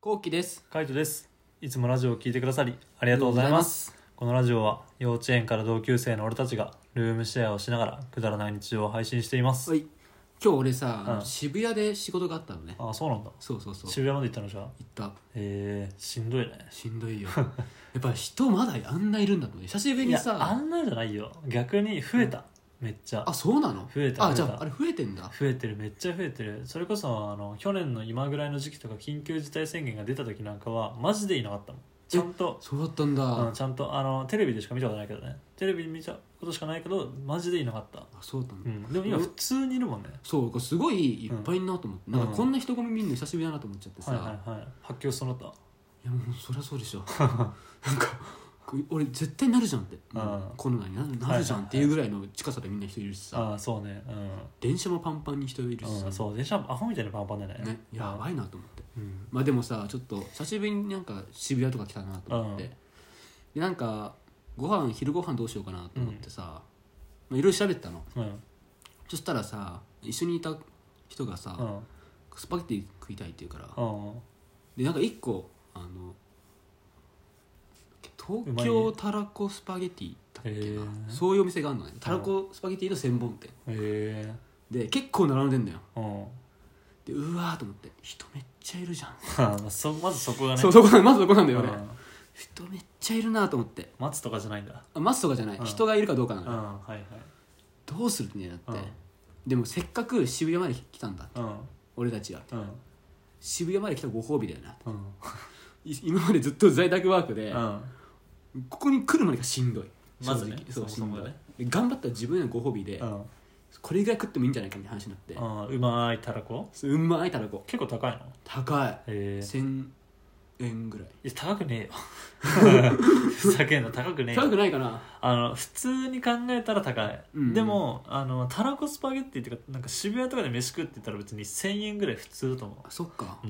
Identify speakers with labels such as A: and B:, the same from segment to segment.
A: こうきです。
B: カイトですいつもラジオを聞いてくださりあ
A: あ
B: りがとうございます。このラジオは幼稚園から同級生の俺たちがルームシェアをしながらくだらない日常を配信しています、
A: はい。今日俺さ、
B: うん
A: 渋谷で仕事があったのね。
B: ああそうなんだ
A: そうそうそう。行
B: 渋谷まで行ったのじゃあ
A: った。
B: えー、しんどいね
A: しんどいよ。 やっぱ人まだあんないるんだとね。久しぶり
B: い
A: に
B: や
A: さ、
B: あんなじゃないよ逆に増えた、めっちゃ
A: あそうなの
B: 増えた
A: あ、じゃ
B: 増え
A: あ
B: た
A: あれ増えてんだ。
B: 増えてるめっちゃ増えてるそれこそあの去年の今ぐらいの時期とか緊急事態宣言が出た時なんかはマジでいなかったもんちゃんと、
A: そうだったんだ。
B: うん、
A: あ、
B: ちゃんとあのテレビでしか見たことないけどねテレビで見たことしかないけどマジでいなかった、
A: そうだったん
B: う
A: だ。
B: ん、でも今普通にいるもんね、
A: そう、これすごいいっぱいいんなと思って、
B: うん
A: なんかこんな人混み見るの久しぶりだなと思っちゃってさ、
B: はいはいはい発狂しそうになった
A: いやもうそりゃそうで しょなんかこう俺絶対なるじゃんって、
B: うん
A: コロナにななるじゃんっていうぐらいの近さでみんな人いるしさ、
B: ああそうねう
A: 電車もパンパンに人いるし
B: ん、
A: さ、
B: うん、そう電車アホみたいにパンパンだね
A: ね、やばいなと思って
B: うん
A: まあでもさちょっと久しぶりになんか渋谷とか来たなと思って、
B: うん
A: でなんかご飯昼ご飯どうしようかなと思ってさまあいろいろ調べてたの
B: うん
A: そしたらさ一緒にいた人がさ、
B: うん
A: スパゲティ食いたいって言うから、
B: うん
A: でなんか一個あの東
B: うま
A: 京
B: い
A: たらこスパゲティだっけな、
B: へー
A: そういうお店があるのねたらこスパゲティの専門店
B: へえ
A: で結構並んでんだよ
B: うん
A: でうわーと思って人めっちゃいるじゃん
B: まあそまずそこがね
A: そうそこなんまずそこなんだよ
B: う
A: ね、
B: ん
A: 人めっちゃいるなと思って
B: 待つとかじゃないんだ
A: あ待つとかじゃない、
B: うん
A: 人がいるかどうかな
B: うん
A: のよ、
B: はいはい
A: どうするってなって、
B: うん
A: でもせっかく渋谷まで来たんだ
B: うん
A: 俺たちが
B: うん
A: 渋谷まで来たご褒美だよな
B: うん
A: い今までずっと在宅ワークで、
B: うん
A: ここに来るまでがしんどい
B: まずね
A: 正直そうし
B: そも
A: ん
B: そ
A: ど
B: も
A: い
B: ね
A: で頑張ったら自分へのご褒美で、
B: うん
A: これぐらい食ってもいいんじゃないかみたいな話になって、
B: うんうまいたらこ
A: うまいたらこ
B: 結構高いの
A: 高い
B: へえ
A: 1000円ぐらい
B: いや高く ねえよふざけんな高くねえよ
A: 高くないかな
B: あの普通に考えたら高い、
A: うん
B: でもあのたらこスパゲッティっていうかなんか渋谷とかで飯食ってたら別に1000円ぐらい普通だと思
A: あそっか
B: う、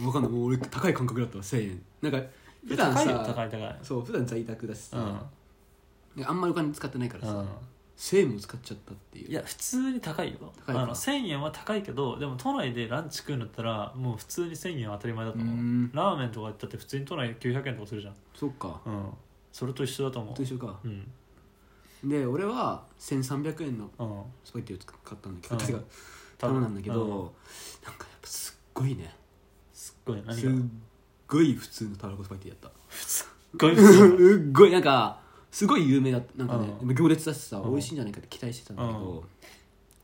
B: う、ん、
A: 分かんないもう俺高い感覚だったわ1000円なんか普段
B: 高いよ高
A: さ
B: い高い
A: そう普段在宅だし
B: うん
A: さ、であんまりお金使ってないから
B: う
A: さ、
B: ん
A: 1000円も使っちゃったっていう
B: いや普通に高いよ
A: 高いか
B: あの1000円は高いけどでも都内でランチ食うんだったらもう普通に1000円は当たり前だ
A: う
B: と
A: ー
B: 思うんラーメンとか行ったって普通に都内900円とかするじゃん、
A: そっか
B: うん、それと一緒だと思
A: と
B: う
A: 一緒か
B: うん
A: で俺は1300円の
B: うん
A: スパゲッティを買ったんだけ
B: うん
A: ど、
B: 多
A: 頼
B: 分
A: んだんだけど、
B: う
A: なんかやっぱすっごいね
B: すっごい何が
A: すっごい普通のたらこスパゲッティやった
B: すっごい普 通
A: すっごいなんかすごい有名だったなんかね、
B: う
A: 行列だしさ、
B: うん
A: 美味しいんじゃないかって期待してたんだけど、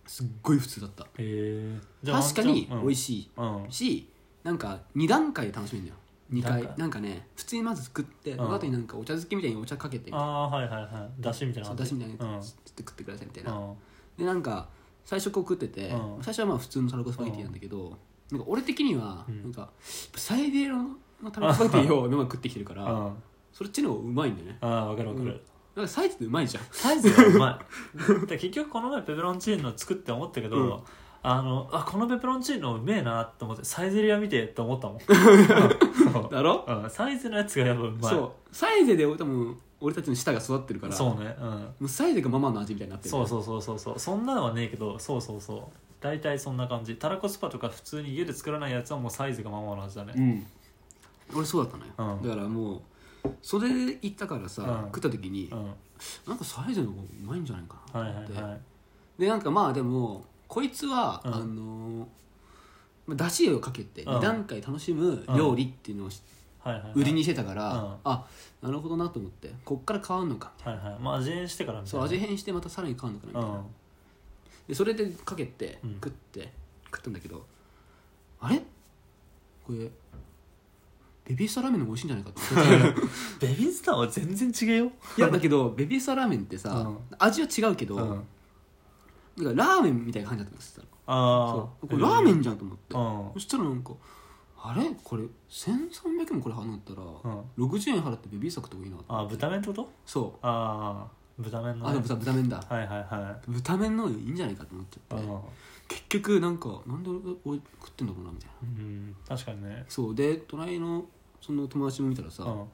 A: すっごい普通だった
B: へえ
A: 確かに美味し
B: しい
A: い
B: うん
A: し、なんか2段階で楽しめるんだよ2
B: 二
A: 回
B: 段階
A: なんかね普通にまず作って、
B: うん
A: その後になんかお茶漬けみたいにお茶かけて
B: ああはいはいはいだしみたいな
A: そう
B: 感
A: だ
B: じ
A: しみたいなや
B: うん
A: つ作って食ってくださいみたいな、
B: うん
A: でなんか最初こう食ってて、
B: うん
A: 最初はまあ普通のたらこスパゲティなんだけど、なんか俺的には
B: うん
A: なんかサイデロのたらこスパゲティを今食ってきてるから、
B: あ
A: そっちの方がうまいんだよね
B: あーわかるわかる、
A: うんなんかサイズってうまいじゃん
B: サイズがうまいだから結局この前ペペロンチーノ作って思ったけど、
A: うん
B: あのあこのペペロンチーノうめえなと思ってサイゼリア見てって思ったもんそう
A: だろ
B: うんサイズのやつがやっぱうまい
A: そうサイゼで多分俺たちの舌が育ってるから
B: そう
A: も
B: ね、うん、
A: うサイゼがママの味みたいになってる
B: そうそうそうそうそうそんなのはねえけどそうそうそう大体そんな感じたらこスパとか普通に家で作らないやつはもうサイズがままの味だね、
A: うん俺そうだったのよ、
B: うん
A: だからもうそれで行ったからさ、
B: うん
A: 食った時に、
B: うん
A: なんかサイゼの方がうまいんじゃないかな
B: はいはい
A: と思っ
B: は
A: て
B: い
A: でなんかまあでもこいつは、
B: うん
A: あのーまあだしをかけて
B: うん
A: 2段階楽しむ料理っていうのをし
B: はいはいはい
A: 売りにしてたから、
B: うん
A: あなるほどなと思ってこっから変わんのか
B: はいはいまあ味変してからみたい
A: そう
B: な
A: 味変してまたさらに変わんのかなみたいな、
B: うん
A: でそれでかけて
B: うん
A: 食って、食ったんだけどあれこれベビースターラーメンの方が美味しいんじゃないかって思って
B: ベビースターは全然違えよ
A: いやだけどベビースターラーメンってさ、
B: うん
A: 味は違うけど、
B: うん
A: なんかラーメンみたいな感じだったんですよ
B: あ
A: そ
B: あ
A: うこれラーメ
B: ン
A: ンじゃんと思って、
B: うん
A: そしたらなんかあれこれ1300円もこれ払うんだったら、
B: うん
A: 60円払ってベビースター食った方がいいなと
B: あ豚麺ってこと
A: そ
B: ああ豚麺
A: う
B: の、
A: あでも豚豚麺だ
B: はいはいは
A: 豚麺のいいんじゃないかと思っちゃ
B: い
A: って、
B: う
A: 結局なんかなんで俺食ってんだろうなみたいなん
B: 確かにね
A: そうで隣のその友達も見たらさ、
B: うんは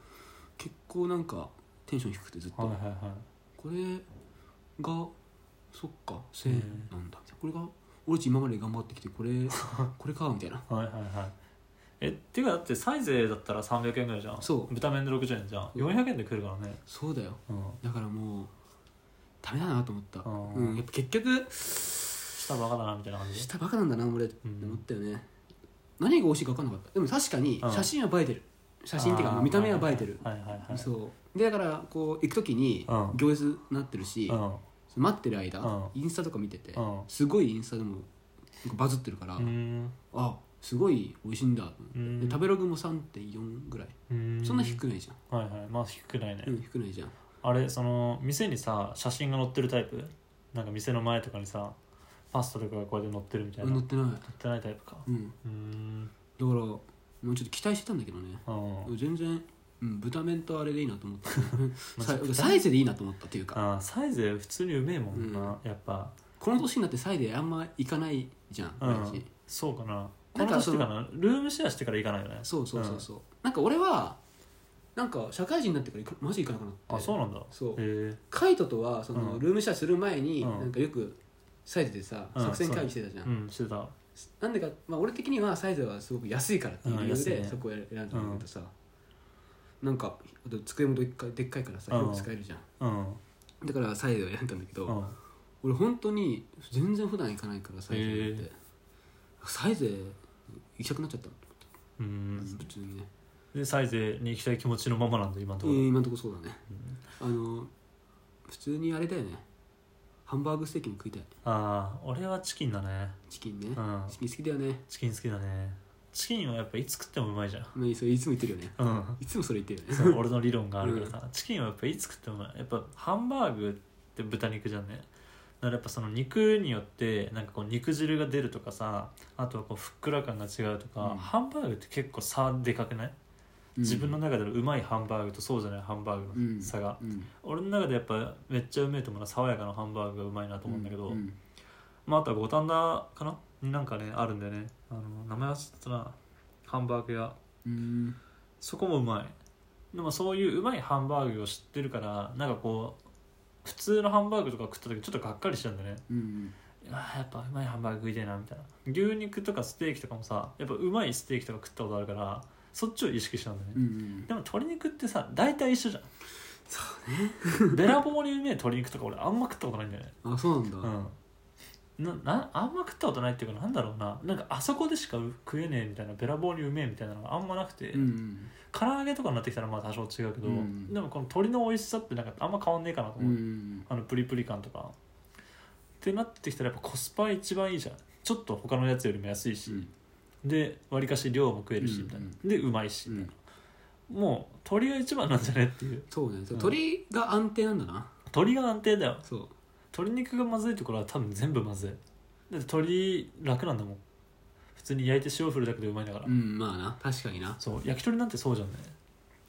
A: 結構なんかテンション低くてずっ
B: い
A: と、
B: はいは
A: これがそっか1000円なんだ、これが俺たち今まで頑張ってきてこれこれかみたいない
B: はいはいはいえっていうかだってサイゼだったら300円ぐらいじゃん
A: そう
B: 豚麺で60円じゃん
A: うん
B: 400円で食えるからね
A: そうだよ
B: うん
A: だからもうダメだなと思った
B: あー
A: うんやっぱ結局
B: 下バカだなみたいな感じ
A: 下バカなんだな俺って
B: うん
A: 思ったよね、何が美味しいか分かんなかったでも確かに
B: うん
A: 写真は映えてる写真っていう
B: あ
A: か
B: ー
A: もう見た目は映えてる、
B: はいはいはい
A: そうでだからこう行く時に
B: うん
A: 行列になってるし、
B: うん
A: 待ってる間、
B: うん
A: インスタとか見てて、
B: うん
A: すごいインスタでもなんかバズってるから、
B: うん
A: あすごい美味しいんだと思って、
B: うん
A: で食べログも3.4ぐらい、
B: うん
A: そんな低くないじゃん、
B: はいはいまあ低くないね、
A: うん、低くないじゃん
B: あれその店にさ写真が載ってるタイプなんか店の前とかにさパスタとかがこうやって載ってるみたいな
A: 乗
B: 載
A: っ
B: って
A: ない、
B: てないタイプか
A: うん、
B: うーん
A: だからもうちょっと期待してたんだけどね
B: うん
A: 全然、うん、豚麺とあれでいいなと思った、
B: まあ
A: サイ
B: 豚
A: サイズでいいなと思ったっていうか
B: あーサイズ普通にうめえもんな、やっぱ
A: この年になってサイズあんま行かないじゃん、
B: うん
A: 毎日
B: そうかなこ
A: な
B: の
A: んか
B: 年
A: そ
B: って
A: の
B: かなルームシェアしてから行かないよね
A: そうそうそうそう、なんか俺はなんか社会人になってから行くマジ行かなくなって
B: あそうなんだ
A: そう
B: へえ
A: カイトとはその、
B: うん
A: ルームシェアする前に、
B: うん
A: なんかよくサイズでさ、
B: うん
A: 作戦会議してたじゃん、
B: うんしてた
A: なんでか、まあ、俺的にはサイズはすごく安いからっていう理由で、
B: うん安いね
A: そこを選んだんだけどさ、なんかあと机もでっかいでっかいからさ
B: うん
A: 広く使えるじゃん、
B: うんうん
A: だからサイズを選んだんだけど、俺本当に全然普段行かないからサイゼリヤって、
B: へ
A: サイゼ行きたくなっちゃった
B: うん
A: 普通にね、
B: でサイズに行きたい気持ちのままなんだ今のところ、
A: えー今んとこそうだねあの普通にあれだよねハンバーグステーキも食いたい
B: ああ俺はチキンだね
A: チキンね、
B: うん
A: チキン好きだよね
B: チキン好きだねチキンはやっぱいつ食ってもうまいじゃん
A: まあそれいつも言ってるよね
B: うん
A: いつもそれ言って るよ
B: そ
A: ね
B: う俺の理論があるからさ、チキンはやっぱいつ食ってもやっぱハンバーグって豚肉じゃんねだからやっぱその肉によってなんかこう肉汁が出るとかさあとはこうふっくら感が違うとか、
A: うん
B: ハンバーグって結構差でかくない、
A: うん
B: 自分の中でのうまいハンバーグとそうじゃないハンバーグの差が、
A: うん
B: 俺の中でやっぱめっちゃうめえと思うのは爽やかなハンバーグがうまいなと思うんだけど、
A: うん
B: まあ、あとは五反田かなになんかねあるんだよねあの名前忘れてたなハンバーグ屋
A: うん
B: そこもうまいでもそういううまいハンバーグを知ってるからなんかこう普通のハンバーグとか食った時ちょっとがっかりしちゃうんだよね
A: うん
B: あーやっぱうまいハンバーグ食いたいなみたいな牛肉とかステーキとかもさやっぱうまいステーキとか食ったことあるからそっちを意識しちゃうんだよね、
A: うんうん
B: でも鶏肉ってさ大体一緒じゃん
A: そ
B: べらぼうにうめえ鶏肉とか俺あんま食ったことないんだよね
A: あそうなんだ、
B: うん、ななあんま食ったことないっていうかなんだろうななんかあそこでしか食えねえみたいなべらぼうにうめえみたいなのがあんまなくて、
A: うん
B: 唐揚げとかになってきたらまあ多少違うけど、
A: うん
B: でもこの鶏の美味しさってなんかあんま変わんねえかなと
A: うんう
B: 思う、
A: ん
B: あのプリプリ感とかってなってきたらやっぱコスパ一番いいじゃんちょっと他のやつよりも安いし、でわりかし量も食えるしみたいな、
A: うん
B: でうまいし、
A: うんうん
B: もう鶏が一番なんじゃねっていう
A: そうね鳥が安定なんだな
B: 鶏が安定だよ
A: そう
B: 鶏肉がまずいところは多分全部まずいだって鶏楽なんだもん普通に焼いて塩振るだけでうまいんだから、
A: うんまあな確かにな
B: そう焼き鳥なんてそうじゃんね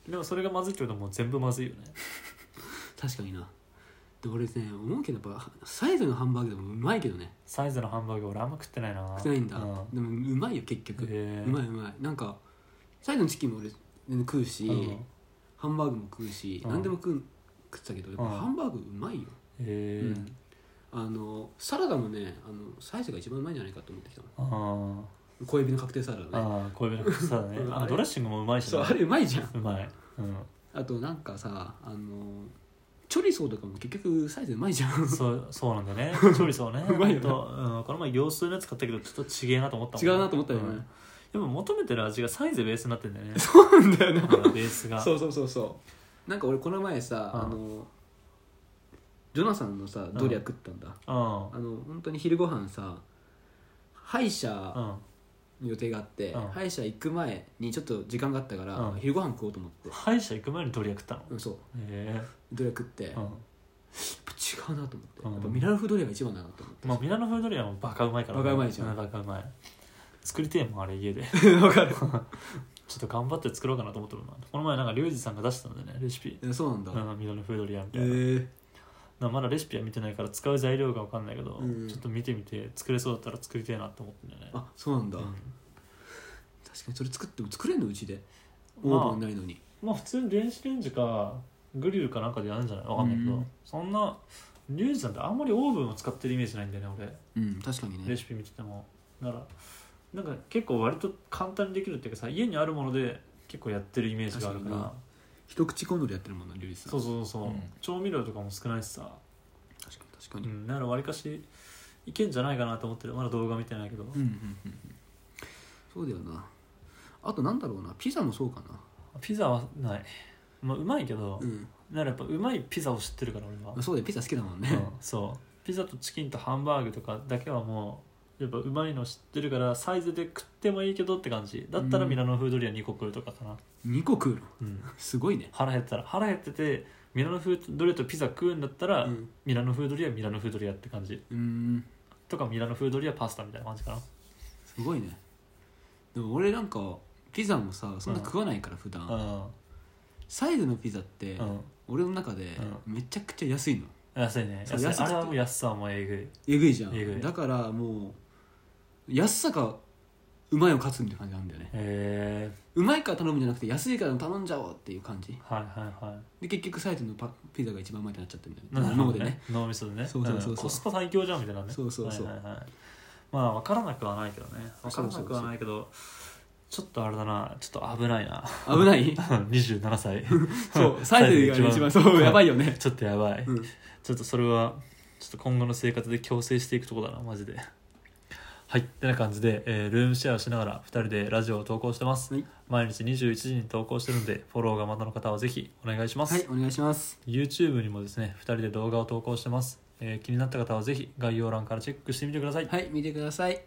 B: でもそれがまずいってことはもう全部まずいよね
A: 確かになで俺ね思うけどやっぱサイズのハンバーグでもうまいけどね
B: サイズのハンバーグ俺あんま食ってないな
A: 少ないんだ、
B: うん、
A: でもうまいよ結局、
B: へえ
A: うまいうまいなんかサイズのチキンも俺全然食うし、
B: うんへ
A: ハンバーグも食うし、
B: うん
A: 何でも食う食ってたけどやっぱ
B: うん
A: ハンバーグうまいよ、
B: え、
A: うんあのサラダもねあのサイズが一番うまいんじゃないかと思ってきたの
B: あー
A: 小指の確定サラダね
B: あー小指の草だね
A: うん
B: あのドレッシングもうまいし
A: そう
B: な
A: あれうまいじゃん
B: うまい、う
A: あとなんかさあのチョリソーとかも結局サイズうまいじゃん
B: ん、そうそうなんだね調理そうね
A: うまいよね
B: ほんとうん、この前業数のやつ買ったけどちょっと違えなと思ったもん
A: 違うなと思ったよね、
B: んでも求めてる味がサイズベースになってんだよ ね
A: そうなんだよ
B: あ
A: な
B: のベースが
A: そうそうそうそうなんか俺この前さ、
B: うん
A: あのジョナサンのさドリア食ったんだ、
B: うん
A: あの本当に昼ご飯さ歯医者
B: う
A: の
B: ん
A: 予定があって、
B: うん
A: 歯医者行く前にちょっと時間があったから、
B: うん
A: 昼ご飯食おうと思って、
B: 歯医者行く前にドリア食ったの
A: うん、そう
B: へ
A: ドリア食って、
B: え
A: やっぱ違うなと思って、
B: うん
A: やっぱミラノフドリアが一番だなと思って、
B: まあミラノ風ドリアもバカうまいから
A: バカうまいじゃん
B: バカうまい作りてえもんあれ 家で
A: わかる
B: ちょっと頑張って作ろうかなと思ってるなこの前なんかリュウジさんが出してたんだよねレシピ
A: えそうなんだ、
B: うんミラノ風ドリアみ
A: え
B: たいな
A: ー、
B: なまだレシピは見てないから使う材料が分かんないけど、
A: うん
B: ちょっと見てみて作れそうだったら作りてえなと思ってんだよね
A: あそうなんだ、
B: うん
A: 確かにそれ作っても作れんのうちでオーブ
B: ま
A: ン
B: あ
A: ないのに、
B: まあ普通に電子レンジかグリルかなんかでやるんじゃない分かんないけど、
A: うん
B: そんなリュウジさんってあんまりオーブンを使ってるイメージないんだよね俺
A: うん確かに
B: レ
A: ね
B: シピ見ててもならなんか結構割と簡単にできるっていうかさ家にあるもので結構やってるイメージがあるから
A: 確か一口コンドルやってるもんなリュウジさん
B: そうそうそう、
C: うん
B: 調味料とかも少ないしさ、
A: 確かに確か
B: う
A: に、
B: ん、ならわりかしいけんじゃないかなと思ってるまだ動画見てないけど、
A: うんうんうんうんそうだよなあとなんだろうなピザもそうかな
B: ピザはないまあうまいけど、
A: うん
B: ならやっぱうまいピザを知ってるから俺
A: ま
B: は、
A: あそうだよピザ好きだもんね、
B: うんそうピザとチキンとハンバーグとかだけはもうやっぱうまいの知ってるからサイズで食ってもいいけどって感じだったら
A: うん
B: ミラノフードリア2個食うとかかな、
A: 2個食うの
B: うん
A: すごいね
B: 腹減ってたら腹減っててミラノフードリアとピザ食うんだったら、
A: うん
B: ミラノフードリアミラノフードリアって感じ
A: うん
B: とかミラノフードリアパスタみたいな感じか
A: すごいねでも俺なんかピザもさそんな食わないから普段、
B: なうん
A: サイズのピザって、
B: うん
A: 俺の中でめちゃくちゃ安いの、
B: 安いね
A: そう
B: 安い
A: 安くて
B: あれはもう安さはもうえぐい
A: えぐいじゃん
B: えぐい
A: だからもう安さかうまいを勝つみたいな感じなんだよね
B: へえ
A: うまいから頼むんじゃなくて安いから頼んじゃおうっていう感じ
B: はいはいはい
A: で結局サイズのパピザが一番うまいってなっちゃってるんだ
B: な
A: よ
B: る
A: ね
B: ほど
A: 脳でね
B: 脳みそでね
A: そうそうそうそうん
B: コスパ最強じゃんみたいなね
A: そうそうそう
B: はいはいはい、まあ分からなくはないけどね分からなくはないけどちょっとあれだなちょっと危ない な
A: 危ない
B: 27歳
A: そうサイズがね一番そうやばいよね
B: ちょっとやばい、
A: うん
B: ちょっとそれはちょっと今後の生活で強制していくとこだなマジで はいってな感じで、えールームシェアをしながら2人でラジオを投稿してます、
A: はい
B: 毎日21時に投稿してるのでフォローがまだの方はぜひお願いします、
A: はいお願いします
B: YouTube にもですね2人で動画を投稿してます、えー気になった方はぜひ概要欄からチェックしてみてください
A: はい見てください